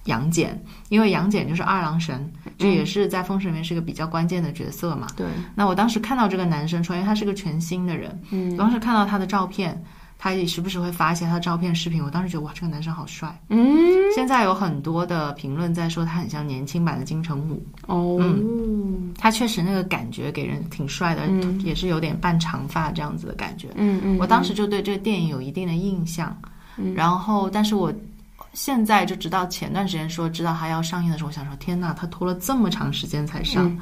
S2: 杨戬，因为杨戬就是二郎神，
S1: 嗯
S2: 这也是在《封神》里面是个比较关键的角色嘛。
S1: 对，
S2: 那我当时看到这个男生穿，因为他是个全新的人。我
S1: 嗯
S2: 当时看到他的照片，他也时不时会发一些他的照片、视频。我当时觉得哇，这个男生好帅。
S1: 嗯
S2: 现在有很多的评论在说他很像年轻版的金城武，
S1: 哦，嗯
S2: 他确实那个感觉给人挺帅的，
S1: 嗯
S2: 也是有点半长发这样子的感觉。
S1: 嗯，
S2: 我当时就对这个电影有一定的印象，
S1: 嗯
S2: 然后但是我。现在就直到前段时间说知道他要上映的时候，我想说天呐，他拖了这么长时间才上，
S1: 嗯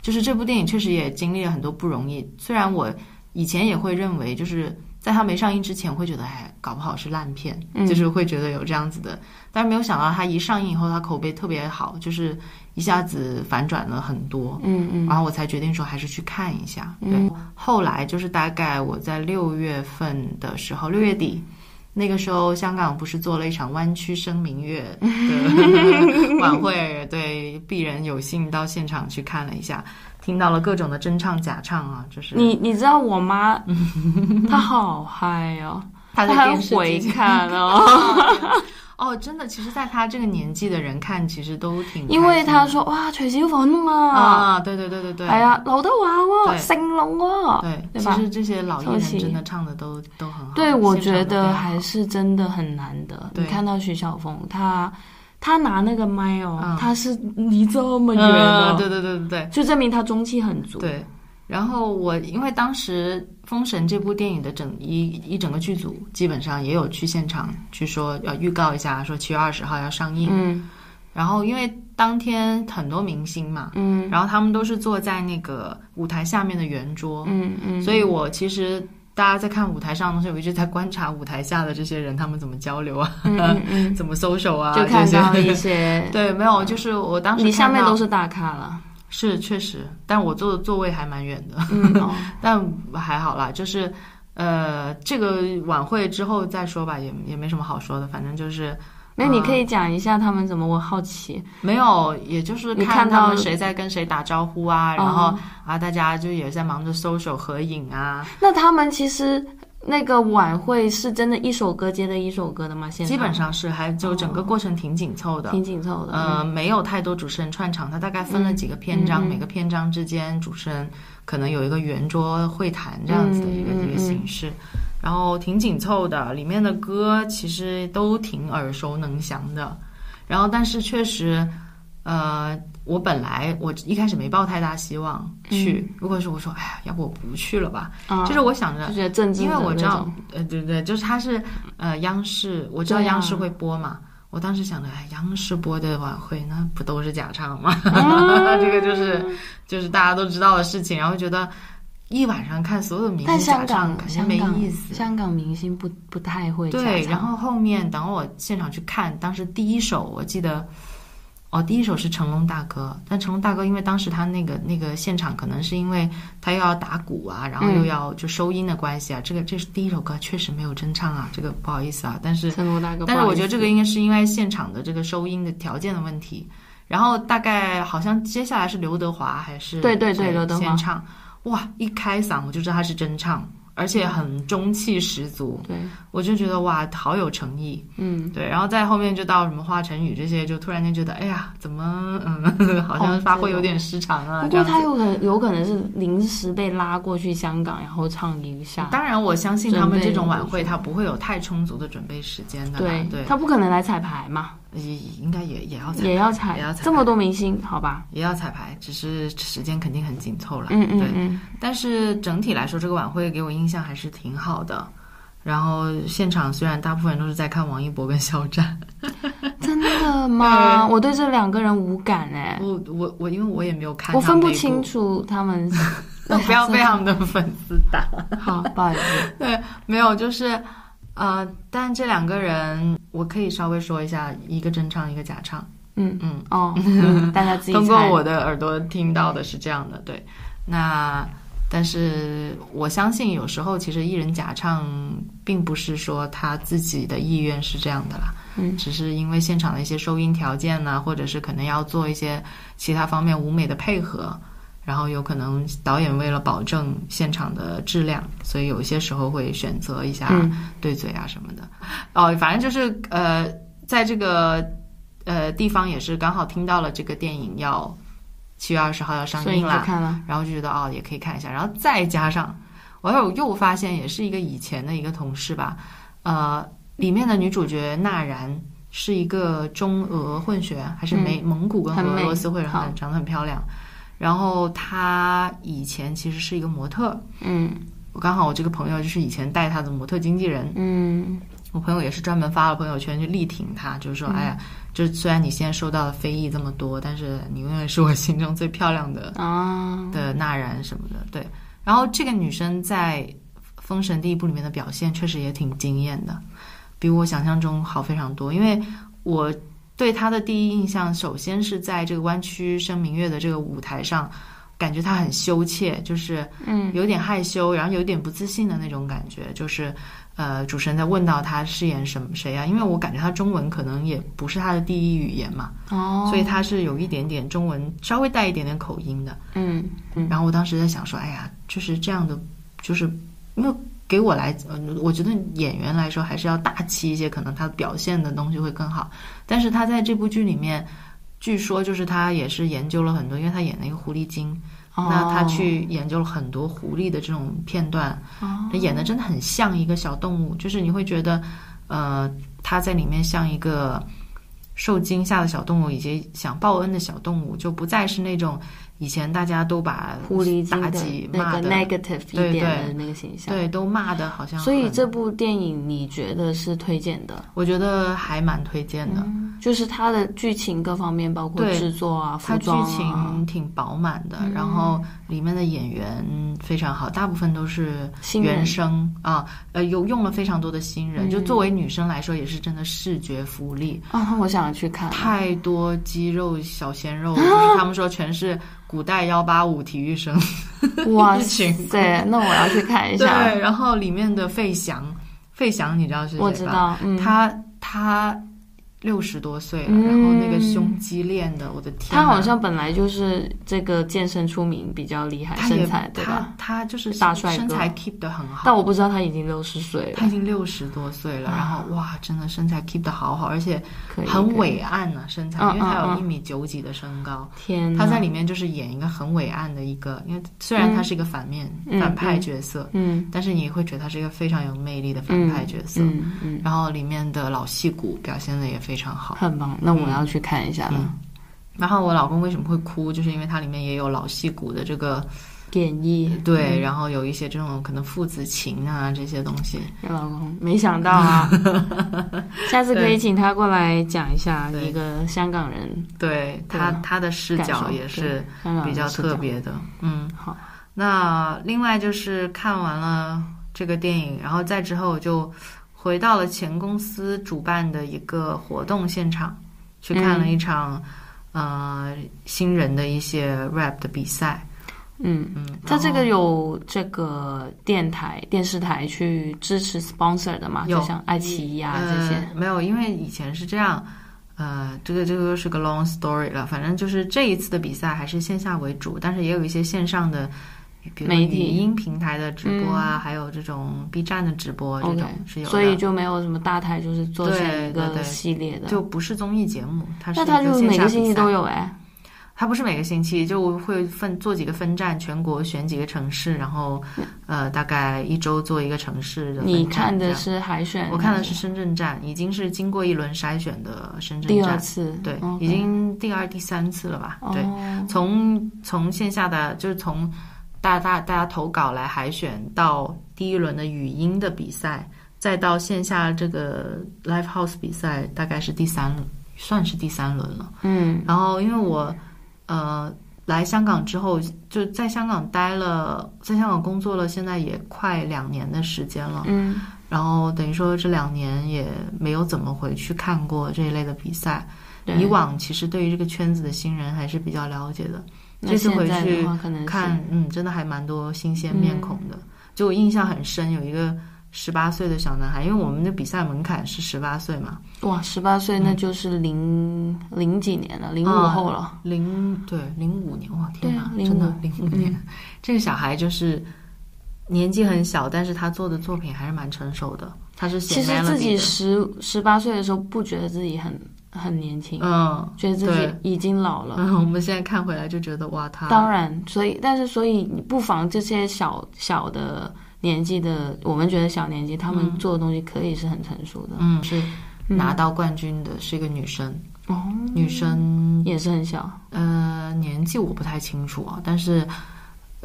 S2: 就是这部电影确实也经历了很多不容易。虽然我以前也会认为，就是在它没上映之前，我会觉得哎，搞不好是烂片，
S1: 嗯
S2: 就是会觉得有这样子的。但是没有想到它一上映以后，它口碑特别好，就是一下子反转了很多。
S1: 嗯嗯
S2: 然后我才决定说还是去看一下。对，
S1: 嗯
S2: 后来就是大概我在六月份的时候，六月底。
S1: 嗯
S2: 那个时候，香港不是做了一场湾区声明月 的晚会，对，鄙人有幸到现场去看了一下，听到了各种的真唱假唱啊，就是
S1: 你你知道我妈， 她好嗨哦，
S2: 他在
S1: 还
S2: 电视机
S1: 回
S2: 前
S1: 看哦，
S2: 哦，真的，其实在他这个年纪的人看，其实都挺开心的，
S1: 因为她说哇徐小凤啊，
S2: 啊，对对对对对，
S1: 系啊劉德華
S2: 對
S1: 喎，成龍喎，
S2: 对，
S1: 对
S2: 其
S1: 吧
S2: 实这些老艺
S1: 超
S2: 人
S1: 级
S2: 真的唱的都都很好，
S1: 对我
S2: 现场
S1: 觉
S2: 都非
S1: 得
S2: 常
S1: 还是真的很难得。
S2: 对
S1: 你看到徐小凤，她她拿那个麦哦
S2: 嗯，
S1: 她是离这么
S2: 好
S1: 远的，
S2: 嗯，对对对对对
S1: 就证明她中气很足。
S2: 对。然后我因为当时《封神》这部电影的整一一整个剧组，基本上也有去现场去说要预告一下，说七月二十号要上映。
S1: 嗯
S2: 然后因为当天很多明星嘛，
S1: 嗯
S2: 然后他们都是坐在那个舞台下面的圆桌，
S1: 嗯嗯，
S2: 所以我其实大家在看舞台上的东西，我一直在观察舞台下的这些人，他们怎么交流啊，
S1: 嗯嗯嗯，
S2: 怎么 social 啊，
S1: 就看
S2: 这
S1: 到一
S2: 些。
S1: 些，
S2: 对，没有，就是我当时
S1: 你下面
S2: 看到
S1: 都是大咖了。
S2: 是确实，但我坐的座位还蛮远的，
S1: 嗯哦
S2: 但还好啦，就是呃，这个晚会之后再说吧，也也没什么好说的，反正就是
S1: 那你
S2: 嗯
S1: 可以讲一下他们怎么？我好奇。
S2: 没有，也就是
S1: 你
S2: 看
S1: 看
S2: 他
S1: 到
S2: 们谁在跟谁打招呼啊，然后
S1: 哦
S2: 啊，大家就也在忙着 social 合影啊，
S1: 那他们其实那个晚会是真的一首歌接着一首歌的吗？现
S2: 基本上是还就整个过程挺紧凑的，
S1: 挺紧凑的。
S2: 呃，没有太多主持人串场，他大概分了几个篇章，
S1: 嗯嗯嗯嗯
S2: 每个篇章之间主持人可能有一个圆桌会谈这样子的一个、
S1: 嗯嗯
S2: 一个形式，然后挺紧凑的，里面的歌其实都挺耳熟能详的，然后但是确实。呃，我本来我一开始没抱太大希望去，如果是我说，哎呀，要不我不去了吧？
S1: 嗯啊，
S2: 就是我想着
S1: 就，觉得震惊
S2: 因
S1: 的那种，
S2: 为我知道，呃，对对，就是它是呃央视，我知道
S1: 对啊
S2: 央视会播嘛。我当时想着，哎，央视播的晚会那不都是假唱吗？
S1: 嗯
S2: 这个就是就是大家都知道的事情，然后觉得一晚上看所有的明星
S1: 但
S2: 假
S1: 香
S2: 唱
S1: 港
S2: 肯定
S1: 香
S2: 没
S1: 港
S2: 意思。
S1: 香港明星不不太会假
S2: 对，
S1: 唱
S2: 然后后
S1: 嗯
S2: 面等我现场去看，当时第一首我记得，哦，第一首是成龙大哥，但成龙大哥因为当时他那个那个现场可能是因为他又要打鼓啊，然后
S1: 嗯
S2: 又要就收音的关系啊，这个这是第一首歌确实没有真唱啊，这个不好意思啊，但是
S1: 成龙大哥不好意思，
S2: 但是我觉得这个应该是因为现场的这个收音的条件的问题。然后大概好像接下来是刘德华还是
S1: 对对对
S2: 谁
S1: 刘德华
S2: 先唱，哇，一开嗓我就知道他是真唱，而且很中气十足，
S1: 对，
S2: 我就觉得哇，好有诚意。
S1: 嗯，
S2: 对，然后再后面就到什么华晨宇这些，就突然间觉得哎呀，怎么嗯， 好像发挥有点失常啊。
S1: 嗯不
S2: 这
S1: 过
S2: 样子
S1: 他有可能有可能是临时被拉过去香港，然后唱一下，
S2: 当然我相信他们这种晚
S1: 准备
S2: 会，
S1: 不足
S2: 他不会有太充足的准备时间的啦
S1: 对。
S2: 啊对，
S1: 他不可能来彩排嘛，
S2: 也应该也也要彩排
S1: 也要彩，
S2: 也要彩排
S1: 这么多明星，好吧，
S2: 也要彩排，只是时间肯定很紧凑了。
S1: 嗯嗯
S2: 对。
S1: 嗯，
S2: 但是整体来说，这个晚会给我印象还是挺好的。然后现场虽然大部分人都是在看王一博跟肖战，
S1: 真的 吗？我对这两个人无感哎，
S2: 我我我，因为我也没有看，，
S1: 我分不清，楚他们
S2: 不要被他们的粉丝打。
S1: 好，不好意思，
S2: 对，没有，就是呃，但这两个人我可以稍微说一下，一个真唱，一个假唱。
S1: 嗯
S2: 嗯，
S1: 哦， 嗯大家自己
S2: 通过
S1: 猜
S2: 我的耳朵听到的是这样的，对。那但是我相信有时候其实艺人假唱并不是说他自己的意愿是这样的啦，
S1: 嗯
S2: 只是因为现场的一些收音条件呐、或者是可能要做一些其他方面舞美的配合。然后有可能导演为了保证现场的质量，所以有些时候会选择一下
S1: 嗯
S2: 对嘴啊什么的。哦，反正就是呃，在这个呃地方也是刚好听到了这个电影要七月二十号要上
S1: 所以你
S2: 映
S1: 就
S2: 啦，
S1: 看了，
S2: 然后就觉得哦也可以看一下，然后再加上我有又发现也是一个以前的一个同事吧，呃，里面的女主角纳然。是一个中俄混血，还是美、蒙古跟
S1: 嗯很
S2: 俄
S1: 美
S2: 罗斯混血，
S1: 好
S2: 长得很漂亮。然后她以前其实是一个模特，
S1: 嗯
S2: 我刚好我这个朋友就是以前带她的模特经纪人，
S1: 嗯
S2: 我朋友也是专门发了朋友圈去力挺他，就是说，
S1: 嗯
S2: 哎呀，就是虽然你现在收到的非议这么多，但是你永远是我心中最漂亮的
S1: 啊，
S2: 的纳然什么的。对，然后这个女生在《封神第一部》里面的表现确实也挺惊艳的，比我想象中好非常多。因为我对她的第一印象，首先是在这个湾区声明月的这个舞台上，感觉她很羞怯，就是
S1: 嗯
S2: 有点害羞，然后有点不自信的那种感觉，就是。呃，主持人在问到她饰演什么谁啊？因为我感觉她中文可能也不是她的第一语言嘛，
S1: 哦，
S2: 所以她是有一点点中文，稍微带一点点口音的。
S1: 嗯嗯
S2: 然后我当时在想说，哎呀，就是这样的，就是因为给我来，呃我觉得演员来说还是要大气一些，可能他表现的东西会更好。但是他在这部剧里面，据说就是他也是研究了很多，因为他演了一个狐狸精，
S1: 哦
S2: 那他去研究了很多狐狸的这种片段，
S1: 哦
S2: 他演的真的很像一个小动物，就是你会觉得，呃，他在里面像一个受惊吓的小动物，以及想报恩的小动物，就不再是那种以前大家都把
S1: 哦狐狸精的
S2: 妲己骂
S1: 那
S2: 的
S1: 个 negative
S2: 对
S1: 一点的
S2: 对
S1: 那个形象。
S2: 对都骂的好像很，
S1: 所以这部电影你觉得是推荐的？
S2: 我觉得还蛮推荐
S1: 嗯
S2: 的，
S1: 就是它的剧情各方面，包括
S2: 对
S1: 制作啊、服
S2: 它剧
S1: 装啊，嗯
S2: 情挺饱满的，然后里面的演员非常好，大部分都是
S1: 新人
S2: 原声啊，呃，有用了非常多的新人，
S1: 嗯
S2: 就作为女生来说，也是真的视觉福利，
S1: 啊，我想去看。
S2: 太多肌肉小鲜 肉，就是他们说全是古代幺八五体育生，
S1: 哇
S2: 一 群
S1: 塞，那我要去看一
S2: 对，
S1: 下。
S2: 然后里面的费翔，费翔你知道是谁吧？
S1: 我知道，嗯，
S2: 他他六十多岁了，
S1: 嗯
S2: 然后那个胸肌练的，我的天哪，啊
S1: 他好像本来就是这个健身出名，比较厉害，
S2: 他也
S1: 身材对吧？
S2: 他他就是
S1: 大帅哥
S2: 身材 keep 的很好。
S1: 但我不知道他已经六十岁
S2: 他
S1: 了
S2: 已，经六十多岁了，
S1: 啊
S2: 然后哇，真的身材 keep 的好好，而且
S1: 可以
S2: 很。
S1: 可以
S2: 伟岸呢、身材，
S1: 嗯
S2: 因为他有
S1: 嗯
S2: 一
S1: 嗯
S2: 米九几的身高。
S1: 天哪，
S2: 他在里面就是演一个很伟岸的一个，因为虽然他是一个反面、
S1: 嗯
S2: 反派角色，
S1: 嗯
S2: 但是你会觉得他是一个非常有魅力的反
S1: 嗯
S2: 派角色。
S1: 嗯嗯，
S2: 然后里面的老戏骨表现的也
S1: 嗯
S2: 非常好。嗯
S1: 很棒。那我要去看一下了。
S2: 然后我老公为什么会哭，就是因为它里面也有老戏骨的这个
S1: 贬义，
S2: 对，
S1: 嗯
S2: 然后有一些这种可能父子情啊这些东西，
S1: 老公，没想到 啊！下次可以请他过来讲一下
S2: 对
S1: 一个香港人
S2: 对
S1: 对
S2: 他他的视
S1: 感
S2: 角
S1: 受
S2: 也是
S1: 对香港人
S2: 比较
S1: 视
S2: 特
S1: 角。
S2: 别的，嗯，
S1: 好。
S2: 那另外就是看完了这个电影，然后再之后我就回到了前公司主办的一个活动现场，去看了一场、呃新人的一些 rap 的比赛。
S1: 嗯，
S2: 嗯，
S1: 他
S2: 然
S1: 这
S2: 后
S1: 个有这个电台、电视台去支持 sponsor 的嘛？
S2: 有
S1: 就像爱奇艺啊这
S2: 呃
S1: 些。
S2: 没有，因为以前是这样。呃，这个这个又是个 long story 了，反正就是这一次的比赛还是线下为主，但是也有一些线上的，比如说
S1: 媒
S2: 语
S1: 体嗯
S2: 音平台的直播啊，还有这种 B 站的直播，这种是
S1: OK，
S2: 有的。
S1: 所以就没有什么大台，就是做成一
S2: 对对
S1: 个
S2: 对
S1: 系列的。
S2: 就不是综艺节目，它是
S1: 嗯那他
S2: 一个
S1: 就
S2: 线
S1: 每
S2: 下
S1: 个
S2: 比
S1: 星期都
S2: 赛，
S1: 有哎。
S2: 它不是每个星期，就会分做几个分站，全国选几个城市，然后呃，大概一周做一个城市的
S1: 嗯
S2: 分站。
S1: 你看
S2: 这
S1: 的
S2: 样
S1: 是海选？
S2: 我看的是深圳站，已经是经过一轮筛选的深圳
S1: 第二
S2: 站，
S1: 次，
S2: 对
S1: OK
S2: 已经第二、第三次了吧？对，
S1: 哦
S2: 从从线下的就是从大大大家投稿来海选到第一轮的语音的比赛，再到线下这个 live house 比赛，大概是第三，算是第三轮了。
S1: 嗯
S2: 然后因为我呃来香港之后，就在香港待了，在香港工作了，现在也快两年的时间了。
S1: 嗯
S2: 然后等于说这两年也没有怎么回去看过这一类的比赛。
S1: 对
S2: 以往其实对于这个圈子的新人还是比较了解的。
S1: 那
S2: 这次
S1: 现
S2: 回
S1: 在
S2: 去
S1: 的话可能是嗯
S2: 看，嗯，真的还蛮多新鲜面孔的。就我印象很深，有一个十八岁的小男孩，因为我们的比赛门槛是十八岁嘛，
S1: 哇，十八岁那就是零、零几年了，零五
S2: 嗯啊
S1: 后了。
S2: 零对零五年，哇
S1: 对
S2: 天哪
S1: 啊，
S2: 真的零五
S1: 05
S2: 年，这个小孩就是年纪很小，但是他做的作品还是蛮成熟的。他是写
S1: 其实自
S2: melody 的
S1: 己十十八岁的时候不觉得自己很很年轻，
S2: 嗯，
S1: 觉得自
S2: 对
S1: 己已经老了。
S2: 然嗯 后我们现在看回来就觉得哇，他
S1: 当然，所以但是所以你不妨这些小小的年纪的，我们觉得小年纪他们做的东西可以是很成熟的。
S2: 嗯是
S1: 嗯
S2: 拿到冠军的是一个女生，
S1: 哦，
S2: 女生
S1: 也是很小，
S2: 呃，年纪我不太清楚啊，但是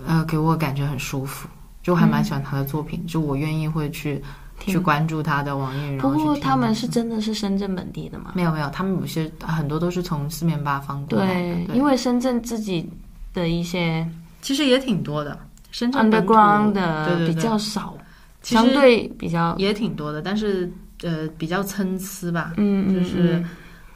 S2: 呃，给我感觉很舒服，就还
S1: 嗯
S2: 蛮喜欢他的作品，就我愿意会去
S1: 听
S2: 去关注他的网易云，然
S1: 不
S2: 后去
S1: 过
S2: 听
S1: 他们是真的是深圳本地的嘛？
S2: 没有没有，他们有些很多都是从四面八方过来的，
S1: 对，因为深圳自己的一些
S2: 其实也挺多的，深圳本土
S1: underground 的
S2: 对对对
S1: 比较少，
S2: 其实
S1: 相对比较
S2: 也挺多的，但是呃比较参差吧，
S1: 嗯，
S2: 就
S1: 嗯
S2: 是
S1: 嗯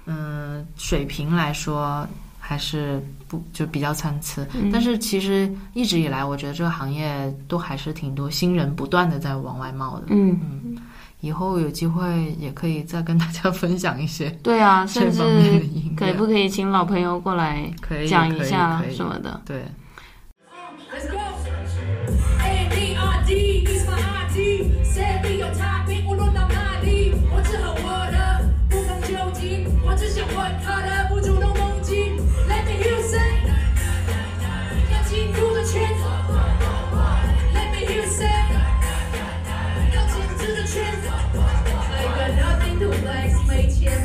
S2: 嗯、呃水平来说还是不就比较参差。
S1: 嗯
S2: 但是其实一直以来，我觉得这个行业都还是挺多新人不断的在往外冒的。
S1: 嗯，
S2: 以后有机会也可以再跟大家分享 一些
S1: 对啊，
S2: 这
S1: 甚
S2: 方面的
S1: 至
S2: 音
S1: 可
S2: 乐，
S1: 不可以请老朋友过来
S2: 可以
S1: 讲一下
S2: 可以可以
S1: 什么的？
S2: 对，
S4: Let's go. A-D-R-D is for ID. 谁没有差评？无论到哪里，我只和我的不同究竟。我只想问他的，不主动攻击。Let me hear you say. 要进入这圈子。Let me hear you say. 要进入这圈子。来个 nothing to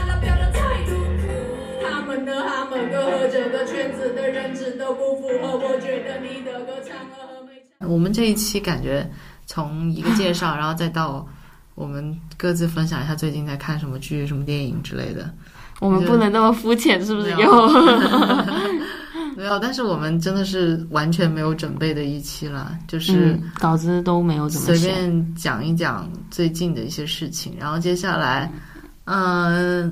S4: Thank you. 他们呢？他们歌和整个圈子的认知都不符合。我觉得你的歌唱了和没唱。
S2: 我们这一期感觉从一个介绍，然后再到。我们各自分享一下最近在看什么剧、什么电影之 类的。
S1: 我们不能那么肤浅，是不是？
S2: 没有
S1: 有
S2: 没有，但是我们真的是完全没有准备的一期啦， 就是、
S1: 嗯，稿子都没有怎么
S2: 随
S1: 写。
S2: 便讲一讲最近的一些事情，然后接下来，嗯、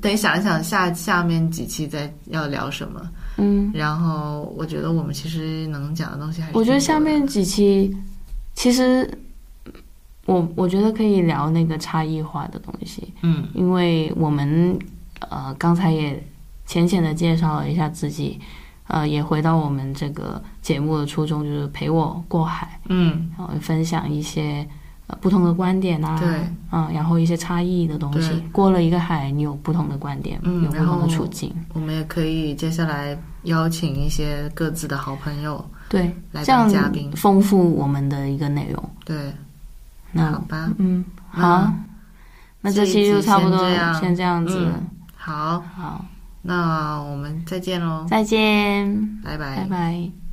S2: 得想一想下下面几期再要聊什么。
S1: 嗯，
S2: 然后我觉得我们其实能讲的东西还是挺多的，
S1: 我觉得下面几期其实我我觉得可以聊那个差异化的东西，
S2: 嗯
S1: 因为我们呃刚才也浅浅的介绍了一下自己呃，也回到我们这个节目的初衷，就是陪我过海，
S2: 嗯，
S1: 然后分享一些呃不同的观点啊，
S2: 对，
S1: 嗯，然后一些差异的东西
S2: 对。
S1: 过了一个海，你有不同的观点，
S2: 嗯
S1: 有不
S2: 然
S1: 同
S2: 后
S1: 的处境，
S2: 我们也可以接下来邀请一些各自的好朋友
S1: 对，
S2: 来
S1: 这样
S2: 当嘉宾。
S1: 丰富我们的一个内容。
S2: 对，
S1: 那
S2: 好吧，
S1: 嗯，
S2: 那
S1: 好，那这期就差不多
S2: 这一集先这样嗯
S1: 先这样子了，
S2: 好，
S1: 好，
S2: 那我们再见喽，
S1: 再见，
S2: 拜拜
S1: 拜拜